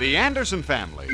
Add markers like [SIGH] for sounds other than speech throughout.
The Anderson family.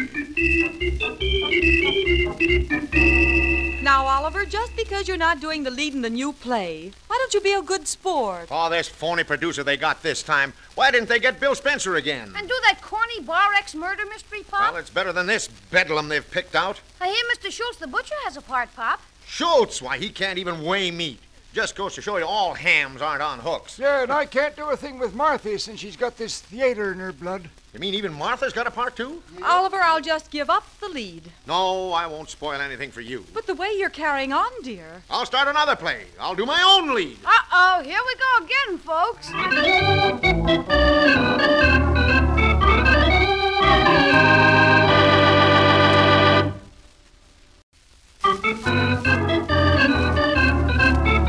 Now, Oliver, just because you're not doing the lead in the new play, why don't you be a good sport? Oh, this phony producer they got this time. Why didn't they get Bill Spencer again? And do that corny Bar X murder mystery, Pop? Well, it's better than this bedlam they've picked out. I hear Mr. Schultz the butcher has a part, Pop. Schultz, why, he can't even weigh meat. Just goes to show you all hams aren't on hooks. Yeah, and I can't do a thing with Marthy since she's got this theater in her blood. You mean even Martha's got a part, too? Oliver, I'll just give up the lead. No, I won't spoil anything for you. But the way you're carrying on, dear. I'll start another play. I'll do my own lead. Uh oh, here we go again, folks.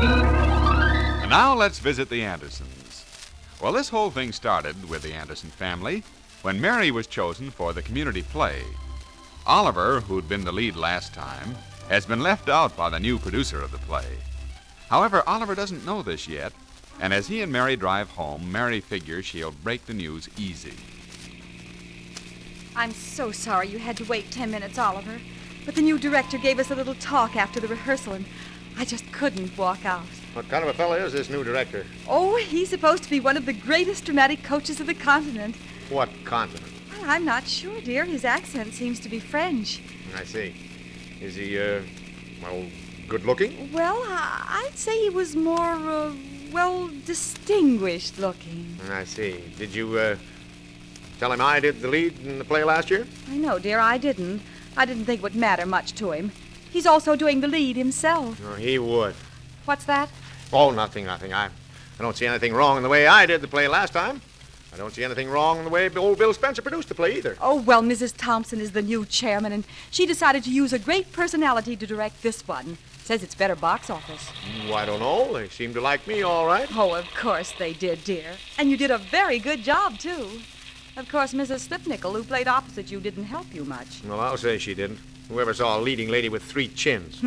And now let's visit the Andersons. Well, this whole thing started with the Anderson family when Mary was chosen for the community play. Oliver, who'd been the lead last time, has been left out by the new producer of the play. However, Oliver doesn't know this yet, and as he and Mary drive home, Mary figures she'll break the news easy. I'm so sorry you had to wait ten minutes, Oliver. But the new director gave us a little talk after the rehearsal, and I just couldn't walk out. What kind of a fellow is this new director? Oh, he's supposed to be one of the greatest dramatic coaches of the continent. What continent? Well, I'm not sure, dear. His accent seems to be French. I see. Is he, uh, well, good looking? Well, I- I'd say he was more, uh, well, distinguished looking. I see. Did you, uh, tell him I did the lead in the play last year? I know, dear, I didn't. I didn't think it would matter much to him. He's also doing the lead himself. Oh, he would. What's that? Oh, nothing, nothing. I, I don't see anything wrong in the way I did the play last time. I don't see anything wrong in the way old Bill Spencer produced the play either. Oh, well, Mrs. Thompson is the new chairman, and she decided to use a great personality to direct this one. Says it's better box office. Oh, I don't know. They seem to like me all right. Oh, of course they did, dear. And you did a very good job, too. Of course, Mrs. Slipnickel, who played opposite you, didn't help you much. Well, I'll say she didn't. Whoever saw a leading lady with three chins?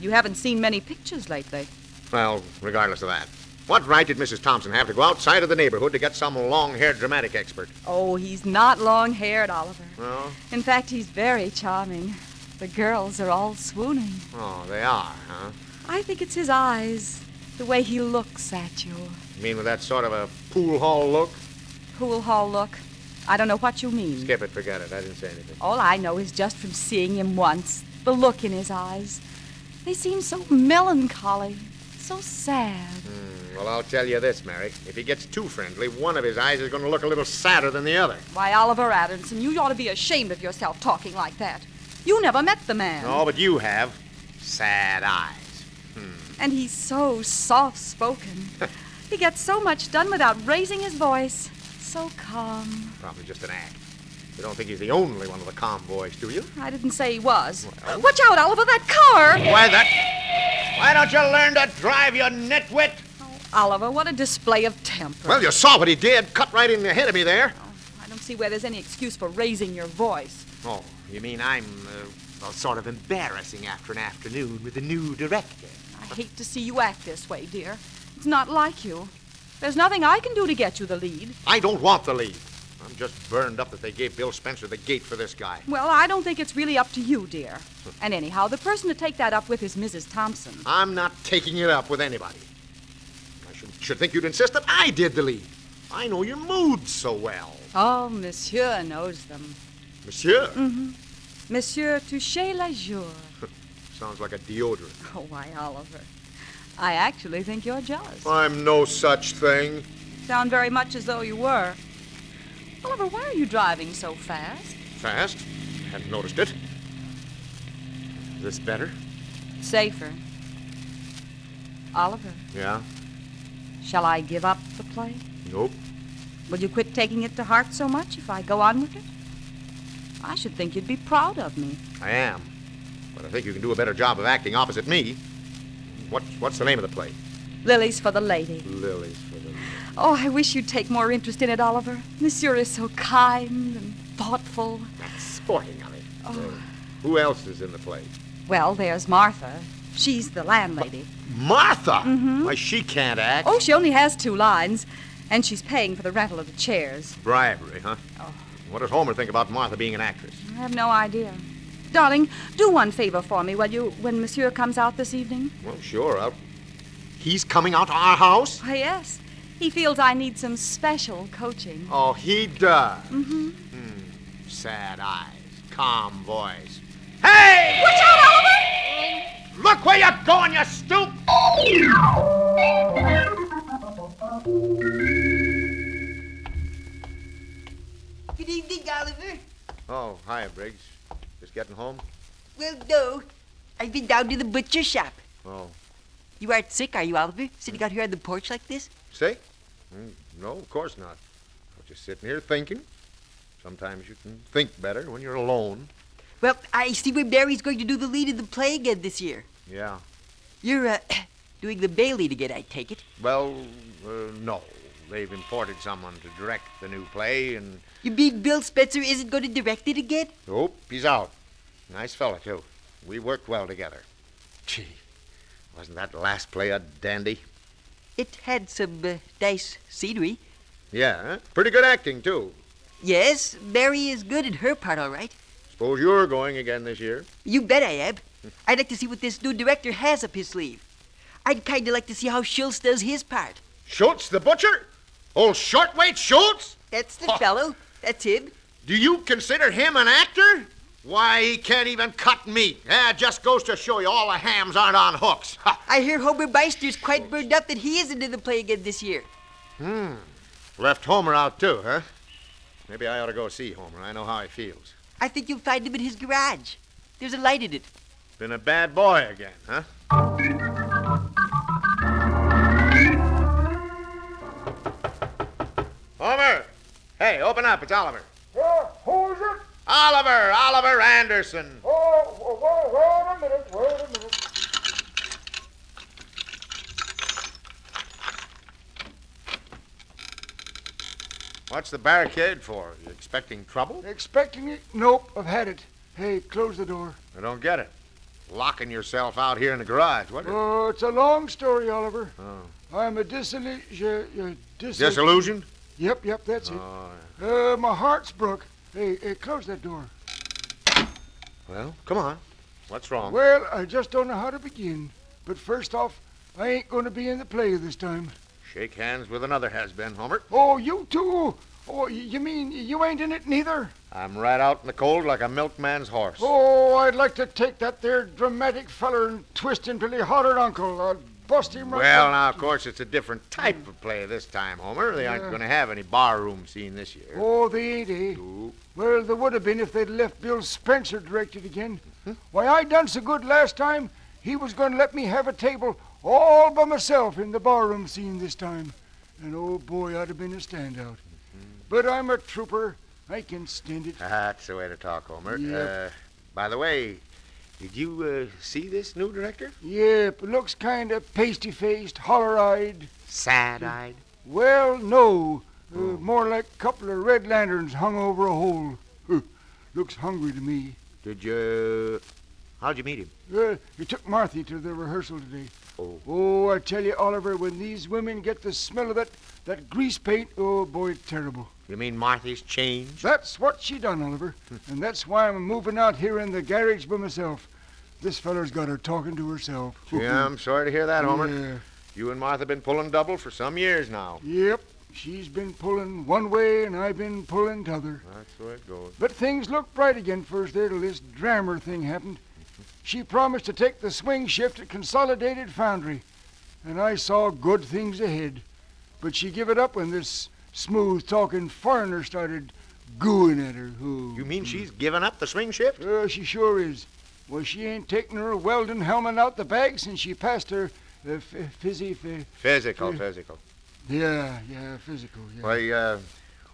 You haven't seen many pictures lately. well, regardless of that. What right did Mrs. Thompson have to go outside of the neighborhood to get some long haired dramatic expert? Oh, he's not long haired, Oliver. Well, In fact, he's very charming. The girls are all swooning. oh, they are, huh? I think it's his eyes, the way he looks at you. You mean with that sort of a pool hall look? Pool hall look. I don't know what you mean. Skip it, forget it. I didn't say anything. All I know is just from seeing him once, the look in his eyes. They seem so melancholy, so sad. Hmm, well, I'll tell you this, Mary. If he gets too friendly, one of his eyes is going to look a little sadder than the other. Why, Oliver Adamson, you ought to be ashamed of yourself talking like that. You never met the man. No, but you have sad eyes. And he's so soft spoken. he gets so much done without raising his voice. So calm. Probably just an act. You don't think he's the only one with a calm voice, do you? I didn't say he was. Watch out, Oliver, that car! Why that? Why don't you learn to drive, you nitwit? Oliver, what a display of temper. Well, you saw what he did. Cut right in the head of me there. I don't see where there's any excuse for raising your voice. Oh, you mean I'm uh, well, sort of embarrassing after an afternoon with the new director? I hate to see you act this way, dear. It's not like you. There's nothing I can do to get you the lead. I don't want the lead. I'm just burned up that they gave Bill Spencer the gate for this guy. Well, I don't think it's really up to you, dear. And anyhow, the person to take that up with is Mrs. Thompson. I'm not taking it up with anybody. I should, should think you'd insist that I did the lead. I know your moods so well. Oh, Monsieur knows them. Monsieur. Monsieur Touché la Jour. Sounds like a deodorant. [LAUGHS] Oh, why, Oliver. I actually think you're jealous. I'm no such thing. Sound very much as though you were. Oliver, why are you driving so fast? Fast. Hadn't noticed it. Is this better? Safer. Oliver, Yeah. shall I give up the play? Nope. Will you quit taking it to heart so much if I go on with it? I should think you'd be proud of me. I am. But I think you can do a better job of acting opposite me. What, what's the name of the play? Lily's for the lady. Lilies for the. Oh, I wish you'd take more interest in it, Oliver. Monsieur is so kind and thoughtful. That's sporting of it. Uh, who else is in the play? Well, there's Martha. She's the landlady. Martha! Why, she can't act. Oh, she only has two lines. And she's paying for the rental of the chairs. Bribery, huh? Oh. What does Homer think about Martha being an actress? I have no idea. Darling, do one favor for me, will you, when Monsieur comes out this evening? Well, sure. I'll... He's coming out to our house? Why, yes. He feels I need some special coaching. Oh, he does. Mm-hmm. Sad eyes, calm voice. Hey! Watch out, Oliver! Look where you're going, you stoop! Good evening, Oliver. Oh, hi, Briggs. Just getting home? Well, no. I've been down to the butcher shop. Oh, You aren't sick, are you, Oliver? Sitting out here on the porch like this? sick? Mm, no, of course not. I'm just sitting here thinking. Sometimes you can think better when you're alone. Well, I see where Mary's going to do the lead in the play again this year. Yeah. You're, uh, [COUGHS] doing the Bailey to get, I take it. Well, uh, no. They've imported someone to direct the new play, and You mean Bill Spencer isn't going to direct it again? Nope, he's out. Nice fella, too. We worked well together. Gee, wasn't that last play a dandy? It had some uh, nice scenery. Yeah, huh? pretty good acting, too. Yes, Mary is good in her part, all right. Suppose you're going again this year. You bet I am. I'd like to see what this new director has up his sleeve. I'd kind of like to see how Schultz does his part. Schultz the Butcher? Old shortweight Schultz? That's the fellow. That's him. Do you consider him an actor? Why, he can't even cut meat. That just goes to show you all the hams aren't on hooks. Ha. I hear Homer Meister's quite burned up that he isn't in the play again this year. Left Homer out, too, huh? Maybe I ought to go see Homer. I know how he feels. I think you'll find him in his garage. There's a light in it. Been a bad boy again, huh? Homer! Hey, open up. It's Oliver. Yeah, who is Uh, it? Oliver! Oliver Anderson! Oh, whoa, whoa, wait a minute, wait a minute. What's the barricade for? You expecting trouble? Expecting it? Nope, I've had it. Hey, close the door. I don't get it. Locking yourself out here in the garage. What? Is... Oh, it's a long story, Oliver. Oh. I'm a disillusion. Uh, dis- Disillusion? Yep, yep, that's it. Oh, Uh, my heart's broke. Hey, hey, close that door. well, come on. What's wrong? Well, I just don't know how to begin. But first off, I ain't going to be in the play this time. Shake hands with another has-been, Homer. Oh, you too? Oh, y- you mean you ain't in it neither? I'm right out in the cold like a milkman's horse. Oh, I'd like to take that there dramatic feller and twist him till he hollered uncle. I'll bust him right Well, up. now, of course, it's a different type of play this time, Homer. They aren't Yeah. going to have any barroom scene this year. Oh, they ain't, eh? Ooh. Well, there would have been if they'd left Bill Spencer directed again. Why, I done so good last time, he was going to let me have a table all by myself in the barroom scene this time. And oh boy, I'd have been a standout. But I'm a trooper. I can stand it. That's the way to talk, Homer. Yep. Uh, by the way, did you uh, see this new director? Yep, looks kind of pasty faced, holler eyed. Sad eyed. Well, no. Uh, Oh. More like a couple of red lanterns hung over a hole. Huh, Looks hungry to me. Did you. How'd you meet him? Uh, you took Marthy to the rehearsal today. Oh. Oh, I tell you, Oliver, when these women get the smell of that, that grease paint, oh boy, it's terrible. You mean Marthy's change? That's what she [LAUGHS] done, Oliver. and that's why I'm moving out here in the garage by myself. This feller's got her talking to herself. Yeah, I'm sorry to hear that, Homer. Yeah. You and Martha been pulling double for some years now. Yep. She's been pulling one way and I've been pulling t'other. That's the way it goes. But things looked bright again first there till this drammer thing happened. She promised to take the swing shift at Consolidated Foundry, and I saw good things ahead. But she give it up when this smooth talking foreigner started gooing at her. Who? You mean she's given up the swing shift? Uh, she sure is. Well, she ain't taken her welding helmet out the bag since she passed her uh, f- fizzy. F- Physical, Yeah. physical. yeah, yeah, physical. Yeah. Why, uh,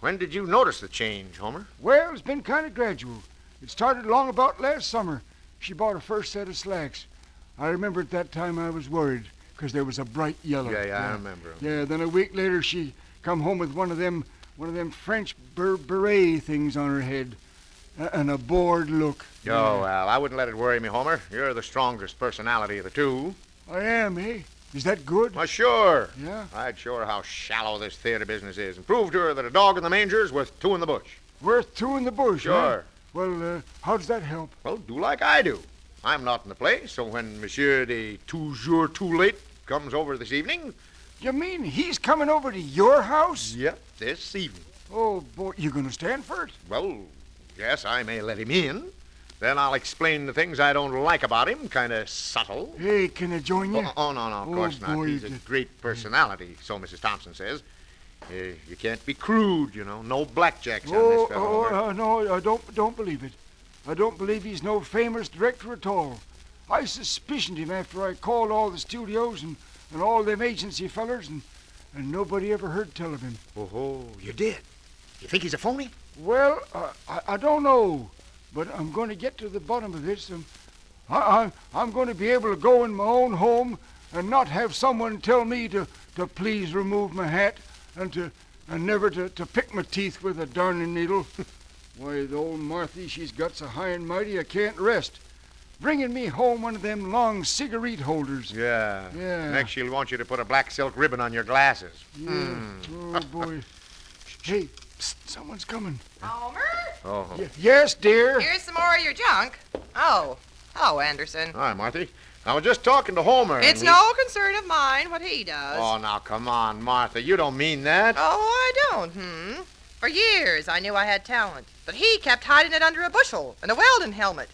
when did you notice the change, Homer? Well, it's been kind of gradual. It started long about last summer. She bought her first set of slacks. I remember at that time I was worried because there was a bright yellow. Yeah, Oh, yeah, I remember. Yeah, then a week later she come home with one of them, one of them French ber- beret things on her head, a- and a bored look. Oh, well, I wouldn't let it worry me, Homer. You're the strongest personality of the two. I am, eh? Is that good? Why, sure. Yeah. I'd show her how shallow this theater business is and prove to her that a dog in the manger is worth two in the bush. Worth two in the bush, huh? Sure. Well, uh, how does that help? Well, do like I do. I'm not in the play, so when Monsieur de Toujours Too Late comes over this evening, You mean he's coming over to your house? yep, this evening, Oh, boy, you gonna stand for it? well, yes, I may let him in. Then I'll explain the things I don't like about him, kind of subtle. Hey, can I join you? Oh, oh, no, no, of Oh, course not. boy, He's a you- great personality, so Mrs. Thompson says. Uh, you can't be crude, you know. No blackjacks on Oh, this fellow. oh uh, no, I don't don't believe it. I don't believe he's no famous director at all. I suspicioned him after I called all the studios and, and all them agency fellers, and, and nobody ever heard tell of him. oh, oh, you did. You think he's a phony? Well, uh, I, I don't know, but I'm going to get to the bottom of this. And I, I, I'm going to be able to go in my own home and not have someone tell me to, to please remove my hat and to and never to, to pick my teeth with a darning needle. [LAUGHS] Why, the old Marthy, she's got so high and mighty I can't rest. Bringing me home one of them long cigarette holders. Yeah. Yeah. Next, she'll want you to put a black silk ribbon on your glasses. Yeah. Oh, boy. hey, psst, someone's coming. Elmer? Oh. Y- yes, dear. Here's some more of your junk. Oh, hello, Anderson. Hi, Marthy. I was just talking to Homer. and It's he- no concern of mine what he does. Oh, now come on, Martha. You don't mean that. Oh, I don't, hmm? For years I knew I had talent, but he kept hiding it under a bushel and a Weldon helmet.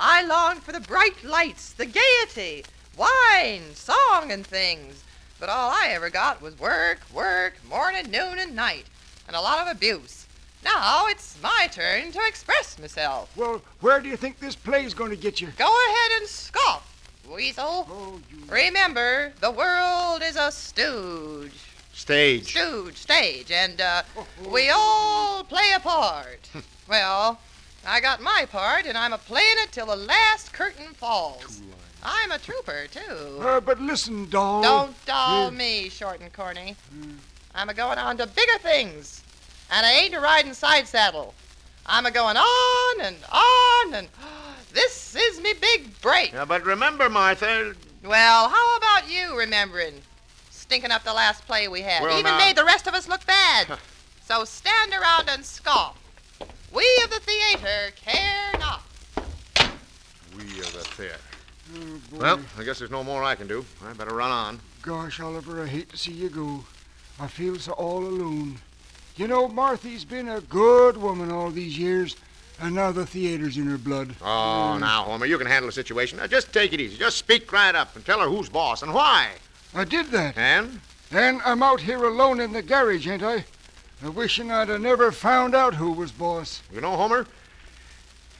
I longed for the bright lights, the gaiety, wine, song, and things. But all I ever got was work, work, morning, noon, and night, and a lot of abuse. Now it's my turn to express myself. Well, where do you think this play's going to get you? Go ahead and scoff, weasel. Oh, you Remember, the world is a stooge. Stage. Stooge, stage, and uh, we all play a part. well, I got my part, and I'm a playing it till the last curtain falls. I'm a trooper, too. Uh, but listen, doll. Don't doll Mm. me, short and corny. I'm a going on to bigger things, and I ain't a riding side saddle. I'm a going on and on, and [GASPS] this is me big break. Yeah, but remember, Martha. Well, how about you remembering? Stinking up the last play we had. Well, Even now- made the rest of us look bad. so stand around and scoff. We of the theater care not. We are the theater. Oh, boy. Well, I guess there's no more I can do. I better run on. Gosh, Oliver, I hate to see you go. I feel so all alone. You know, Marthy's been a good woman all these years, and now the theater's in her blood. Oh, Hmm. now, Homer, you can handle the situation. Now, just take it easy. Just speak right up and tell her who's boss and why. I did that. And? And I'm out here alone in the garage, ain't I? I wishing I'd have never found out who was boss. You know, Homer?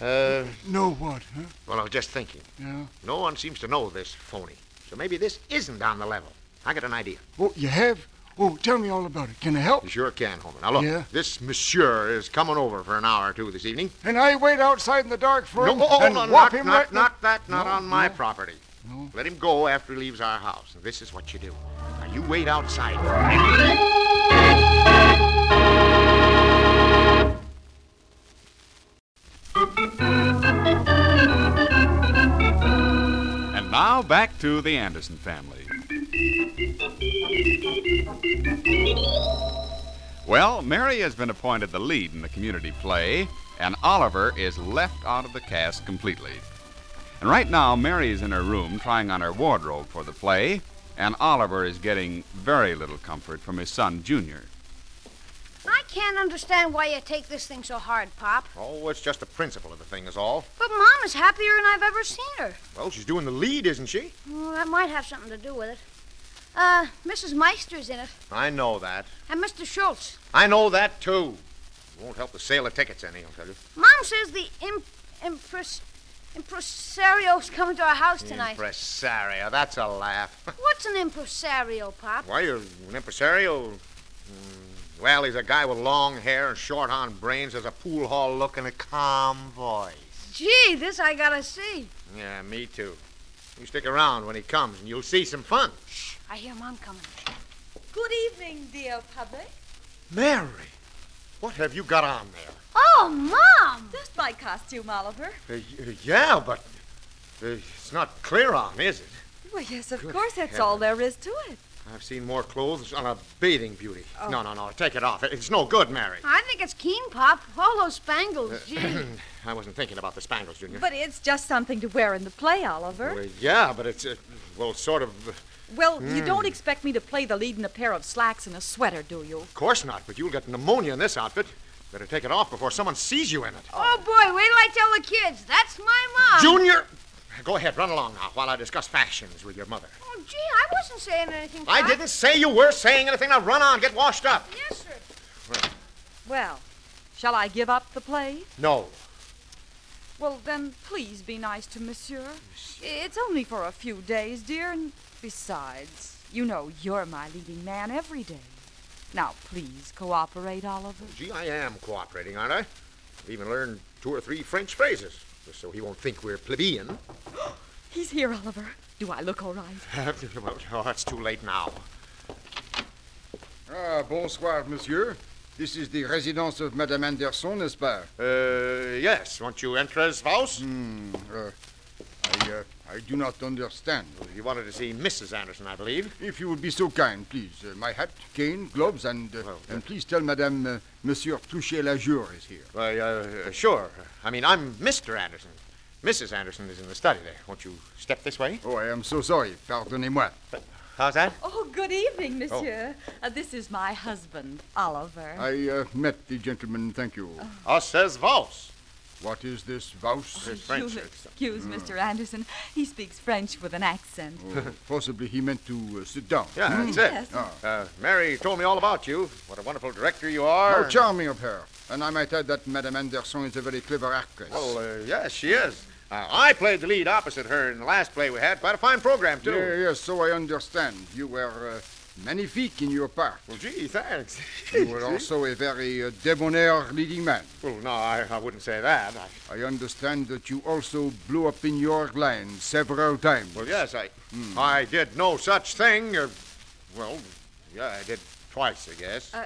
Uh, Know what, huh? well, I was just thinking. Yeah. No one seems to know this phony. So maybe this isn't on the level. I got an idea. Oh, you have? Oh, tell me all about it. Can I help? You sure can, Homer. Now, look, Yeah? this monsieur is coming over for an hour or two this evening. And I wait outside in the dark for No, him oh, and no, not, whop him not, right in the- not that, not No, on my no. property. No. Let him go after he leaves our house. And this is what you do. Now, you wait outside. And now back to the Anderson family. Well, Mary has been appointed the lead in the community play, and Oliver is left out of the cast completely. And right now, Mary is in her room trying on her wardrobe for the play, and Oliver is getting very little comfort from his son, Junior. I can't understand why you take this thing so hard, Pop. Oh, it's just the principle of the thing is all. But Mom is happier than I've ever seen her. Well, she's doing the lead, isn't she? Well, that might have something to do with it. Uh, Mrs. Meister's in it, I know that. and Mr. Schultz. I know that, too. It won't help the sale of tickets any, I'll tell you. Mom says the imp- impres- impresario's coming to our house tonight. Impresario, that's a laugh. [LAUGHS] What's an impresario, Pop? Why, you're an impresario. Mm, Well, he's a guy with long hair and short on brains, has a pool hall look and a calm voice. Gee, this I gotta see. Yeah, me too. You stick around when he comes, and you'll see some fun. I hear Mom coming. Good evening, dear public. Mary, what have you got on there? Oh, Mom! Just my costume, Oliver. Uh, y- uh, yeah, but uh, it's not clear on, is it? Well, yes, of Good course, that's all there is to it. I've seen more clothes on a bathing beauty. No, no, no. Take it off. It- It's no good, Mary. I think it's keen, Pop. All those Uh, [COUGHS] spangles, gee. I wasn't thinking about the spangles, Junior. But it's just something to wear in the play, Oliver. Well, yeah, but it's, uh, well, sort of. Of Well, you don't expect me to play the lead in a pair of slacks and a sweater, do you? course not, but you'll get pneumonia in this outfit. Better take it off before someone sees you in it. Oh, boy, wait till I tell the kids. That's my mom. Junior! Go ahead, run along now while I discuss fashions with your mother. Oh, gee, I wasn't saying anything, I Pop. didn't say you were saying anything. Now run on, get washed up. Yes, sir. Well, shall I give up the play? No. Well, then, please be nice to Monsieur. It's only for a few days, dear, and besides, you know you're my leading man every day. Now, please cooperate, Oliver. Gee, I am cooperating, aren't I? I've even learned two or three French phrases, just so he won't think we're [LAUGHS] plebeian. He's here, Oliver. Do I look all right? oh, it's too late now. Ah, bonsoir, monsieur. This is the residence of Madame Anderson, n'est-ce pas? Uh, yes, won't you enter his house? Uh, I, uh, I do not understand. You wanted to see Mrs. Anderson, I believe. If you would be so kind, please. Uh, my hat, cane, gloves, and uh, Well, and please tell Madame uh, Monsieur Touchet Lajour is here. Why, uh, sure. I mean, I'm Mr. Anderson. Mrs. Anderson is in the study there. Won't you step this way? Oh, I am so sorry. Pardonnez-moi. How's that? Oh, good evening, monsieur. Uh, this is my husband, Oliver. I uh, met the gentleman. Thank you. Us says Vos. What is this vouse? It's French. You'll excuse Mr. Anderson. He speaks French with an accent. Oh, possibly he meant to uh, sit down. Yeah, Hmm? that's it. Yes. Ah. Uh, Mary told me all about you. What a wonderful director you are. How charming of her. And I might add that Madame Anderson is a very clever actress. Well, uh, yes, she is. Uh, I played the lead opposite her in the last play we had. Quite a fine program, too. Yeah, yes, so I understand. You were uh, magnifique in your part. Well, gee, thanks. [LAUGHS] You were also a very uh, debonair leading man. Well, no, I, I wouldn't say that. I, I understand that you also blew up in your line several times. well, yes, I, I did no such thing. Or, well, yeah, I did twice, I guess. Uh,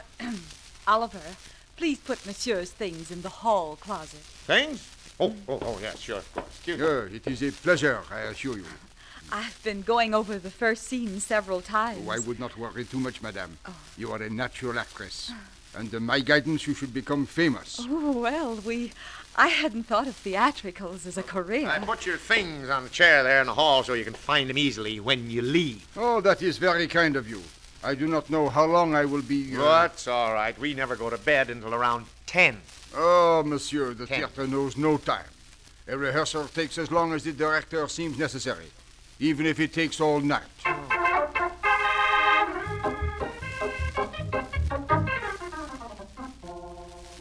Oliver, please put Monsieur's things in the hall closet. Things? Oh, oh, oh, yes, sure, of course. Excuse me. Yeah, it is a pleasure, I assure you. I've been going over the first scene several times. Oh, I would not worry too much, madame. Oh. You are a natural actress. Under my guidance, you should become famous. Oh, well, we. I hadn't thought of theatricals as a career. I put your things on the chair there in the hall so you can find them easily when you leave. Oh, that is very kind of you. I do not know how long I will be. uh, That's all right. We never go to bed until around 10. Oh, monsieur, the Ten. theater knows no time. A rehearsal takes as long as the director seems necessary, even if it takes all night.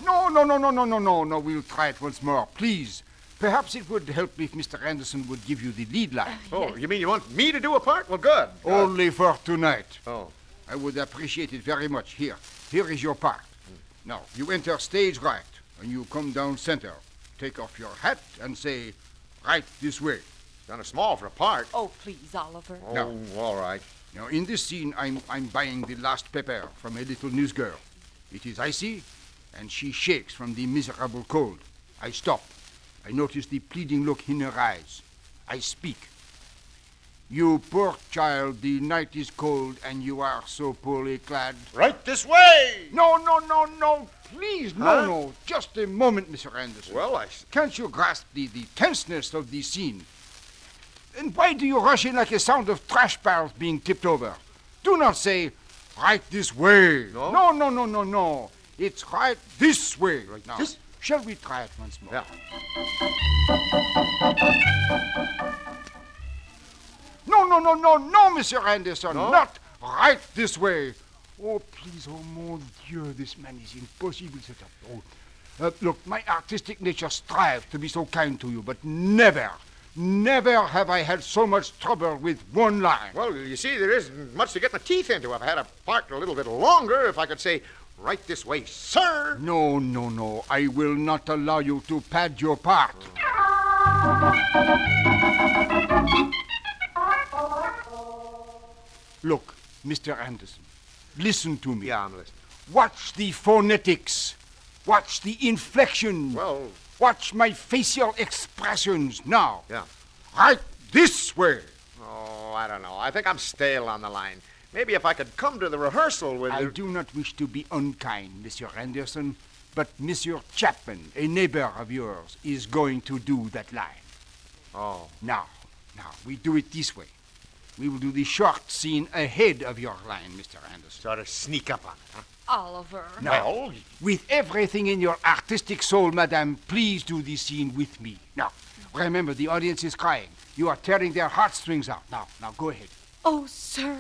No, no, no, no, no, no, no, no. We'll try it once more, please. Perhaps it would help if Mr. Anderson would give you the lead line. Oh, you mean you want me to do a part? Well, good. Only for tonight. Oh. I would appreciate it very much. Here, here is your part. Hmm. Now, you enter stage right, and you come down center. Take off your hat and say, right this way. Kind of small for a part. Oh, please, Oliver. Oh, No. all right. Now, in this scene, I'm, I'm buying the last pepper from a little newsgirl. It is icy, and she shakes from the miserable cold. I stop. I notice the pleading look in her eyes. I speak. You poor child, the night is cold, and you are so poorly clad. Right this way. No, no, no, no. Please, no, Huh? no. Just a moment, Mr. Anderson. Well, I. s- Can't you grasp the, the tenseness of the scene? And why do you rush in like a sound of trash barrels being tipped over? Do not say, right this way. No? no, no, no, no. no. It's right this way right now. this- Shall we try it once more? Yeah. No, no, no, no, no, Monsieur Anderson. No? Not right this way. Oh, please, oh, mon Dieu, this man is impossible. Cet homme. Oh. Uh, look, my artistic nature strives to be so kind to you, but never, never have I had so much trouble with one line. Well, you see, there isn't much to get my teeth into. I've had a part a little bit longer. If I could say, right this way, sir. No, no, no, I will not allow you to pad your part. Look, Mr. Anderson, listen to me. Yeah, I'm listening. Watch the phonetics. Watch the inflection. Well- watch my facial expressions now. Yeah. Right this way. Oh, Oh, I don't know. I think I'm stale on the line. Maybe if I could come to the rehearsal with I you. do not wish to be unkind, Monsieur Anderson, but Monsieur Chapman, a neighbor of yours, is going to do that line. Oh. Now, now, we do it this way. We will do the short scene ahead of your line, Mr. Anderson. Sort of sneak up on it, huh? Oliver. Now, with everything in your artistic soul, madame, please do this scene with me. Now, remember, the audience is crying. You are tearing their heartstrings out. Now, now, go ahead. Oh, sir,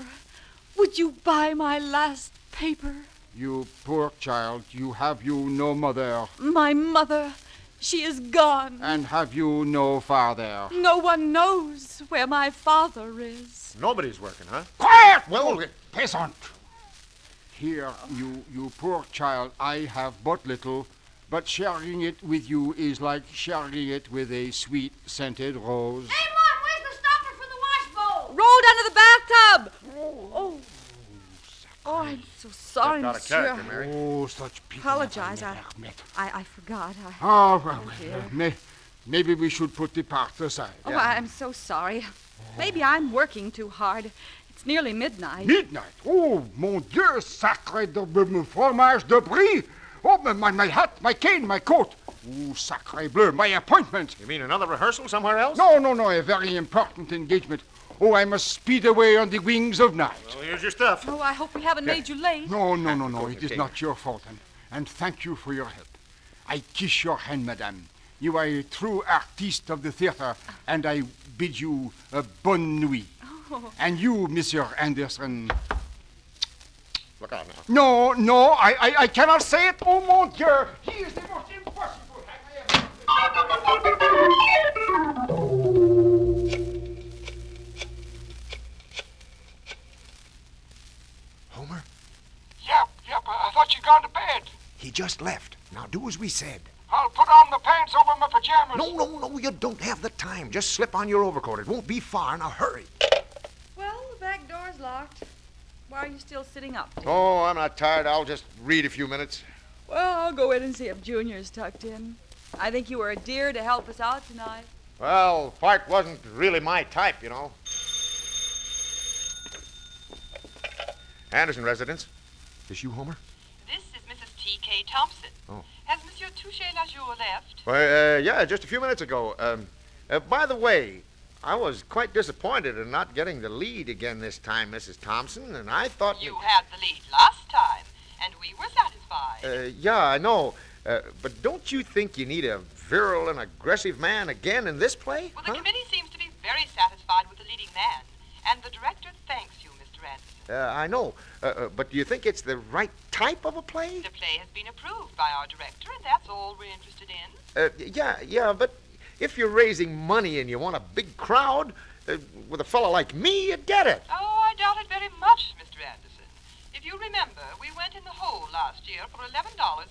would you buy my last paper? You poor child, you have you no mother, My mother, she is gone. and have you no father. No one knows where my father is. Nobody's working, huh? Quiet, will peasant! Here, you, you poor child, I have but little, but sharing it with you is like sharing it with a sweet scented rose. Hey, Mom, where's the stopper for the washbowl? Rolled under the bathtub! Oh. Oh, I'm so sorry, Got a character, monsieur. Mary. Oh, such people. Apologize, never I- met, met. I, I forgot. I, Oh, well, well, may, maybe we should put the part aside. Oh, I, am so sorry. Maybe I'm working too hard. It's nearly midnight. Midnight. Oh, mon Dieu, sacre de bleu, fromage de brie. Oh, my, my, my hat, my cane, my coat. Oh, sacre bleu, my appointment. You mean another rehearsal somewhere else? No, no, no, a very important engagement. Oh, I must speed away on the wings of night. Well, here's your stuff. Oh, I hope we haven't made you late. No, no, no, no, it Okay. is not your fault, and, and thank you for your help. I kiss your hand, madame. You are a true artiste of the theater, and I bid you a bonne nuit. And you, Monsieur Anderson. Look out now. No, no, I, I, I cannot say it. Oh, mon Dieu, he is the most impossible. hack I ever- Homer, Yep, yep, I I thought you'd gone to bed. he just left. Now do as we said. I'll put on the pants over my pajamas. No, no, no, you don't have the time. Just slip on your overcoat. It won't be far. Now hurry. Well, the back door's locked. Why are you still sitting up? Oh, I'm not tired. I'll just read a few minutes. Well, I'll go in and see if Junior's tucked in. I think you were a dear to help us out tonight. Well, Bart wasn't really my type, you know. Anderson residence. Is you Homer? This is Mrs. T.K. Thompson. Oh. Has Monsieur Touche Lajour left? Why, uh, yeah, just a few minutes ago. Um, uh, by the way, I was quite disappointed in not getting the lead again this time, Mrs. Thompson, and I thought You had the lead last time, and we were satisfied. Uh, yeah, I know. Uh, but don't you think you need a virile and aggressive man again in this play? well, the huh? committee seems to be very satisfied with the leading man, and the director thanks you, Mr. Anderson. Uh, I know. Uh, uh, but do you think it's the right type of a play? The play has been approved by our director, and that's all we're interested in. Uh, yeah, yeah, but if you're raising money and you want a big crowd, uh, with a fellow like me, you get it. Oh, I doubt it very much, Mr. Anderson. If you remember, we went in the hole last year for $11.50.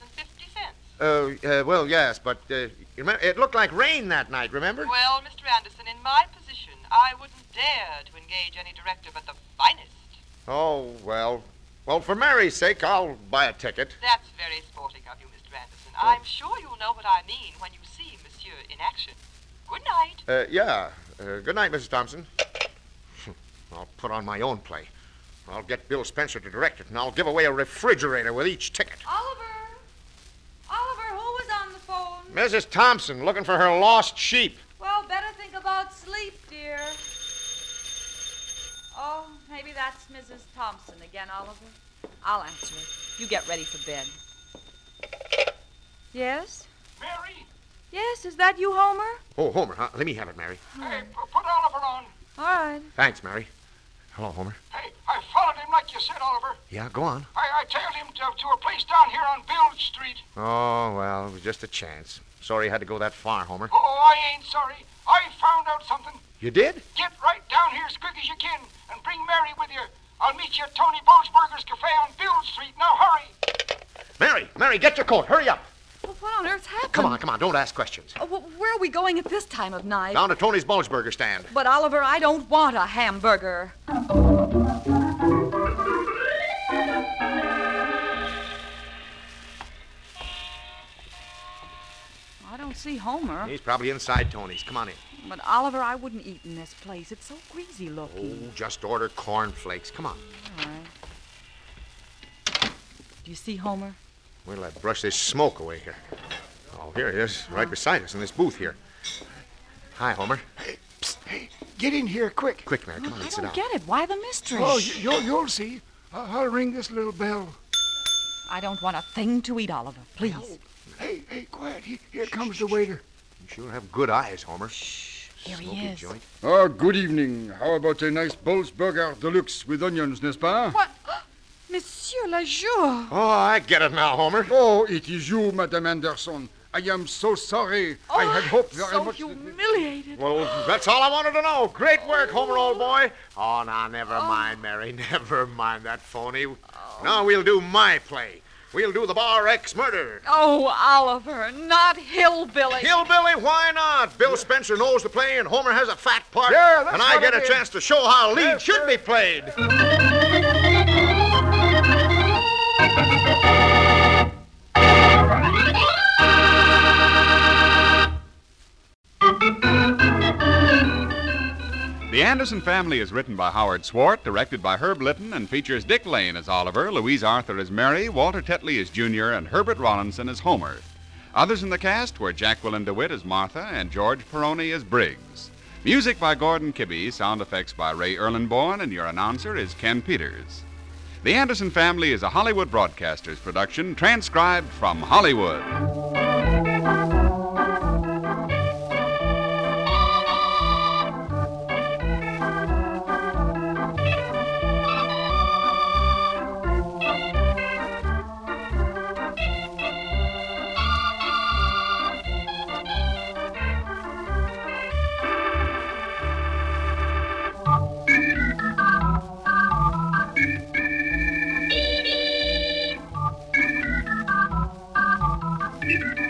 Uh, uh, well, yes, but uh, remember, it looked like rain that night, remember? Well, Mr. Anderson, in my position, I wouldn't dare to engage any director but the finest. Oh, well. Well, for Mary's sake, I'll buy a ticket. That's very sporting of you, Mr. Anderson. I'm sure you'll know what I mean when you see Monsieur in action. Good night. Uh, yeah. Uh, good night, Mrs. Thompson. [LAUGHS] I'll put on my own play. I'll get Bill Spencer to direct it, and I'll give away a refrigerator with each ticket. Oliver! Oliver, who was on the phone? Mrs. Thompson looking for her lost sheep. Well, better think about sleep, dear. Oh, maybe that's Mrs. Thompson again, Oliver. I'll answer it. You get ready for bed. Yes? Mary, Yes, is that you, Homer? Oh, Homer, huh? let me have it, Mary. hey, pu- put Oliver on. All right. Thanks, Mary. Hello, Homer. Hey, I followed him like you said, Oliver. Yeah, go on. I, I tailed him to, to a place down here on Bill Street. Oh, well, it was just a chance. Sorry you had to go that far, Homer. Oh, I ain't sorry. I found out something. You did? Get right down here as quick as you can and bring Mary with you. I'll meet you at Tony Boesberger's Cafe on Bill Street. Now hurry. Mary, Mary, get your coat. Hurry up. Well, what on earth's happened? Come on, come on. Don't ask questions. Oh, wh- where are we going at this time of night? Down to Tony's Bulgeburger stand. But, Oliver, I don't want a hamburger. I don't see Homer. He's probably inside Tony's. Come on in. But, Oliver, I wouldn't eat in this place. It's so greasy Oh, looking. just order cornflakes. Come on. All right. Do you see Homer? Wait till I uh, brush this smoke away here. Oh, here he is, right beside us in this booth here. Hi, Homer. Get in here quick. Quick, Mary, come on and sit down. Oh, Get it? Why the mystery? Oh, you, you'll, you'll see. I- I'll ring this little bell. I don't want a thing to eat, Oliver. Please. Hey, hey, quiet. He- Here comes the waiter. You sure have good eyes, Homer. Here Smoky joint. Ah, good evening. How about a nice Bowls burger deluxe with onions, n'est-ce pas? What? Monsieur Lajour. Oh, I get it now, Homer. Oh, it is you, Madame Anderson. I am so sorry. I Oh, had hoped very so much. humiliated. Well, that's all I wanted to know. Great work, Homer, old boy. Oh, now, never mind, Mary. [LAUGHS] Never mind that phony. Oh. Now we'll do my play. We'll do the Bar X murder. Oh, Oliver, not hillbilly. Hillbilly, why not? Bill Spencer knows the play, and Homer has a fat part. Yeah, that's and I what get it a is. chance to show how lead should be played. The Anderson Family is written by Howard Swart, directed by Herb Litton, and features Dick Lane as Oliver, Louise Arthur as Mary, Walter Tetley as Junior, and Herbert Rollinson as Homer. Others in the cast were Jacqueline DeWitt as Martha and George Peroni as Briggs. Music by Gordon Kibbe, sound effects by Ray Erlenborn, and your announcer is Ken Peters. The Anderson Family is a Hollywood Broadcasters production transcribed from Hollywood. Thank you.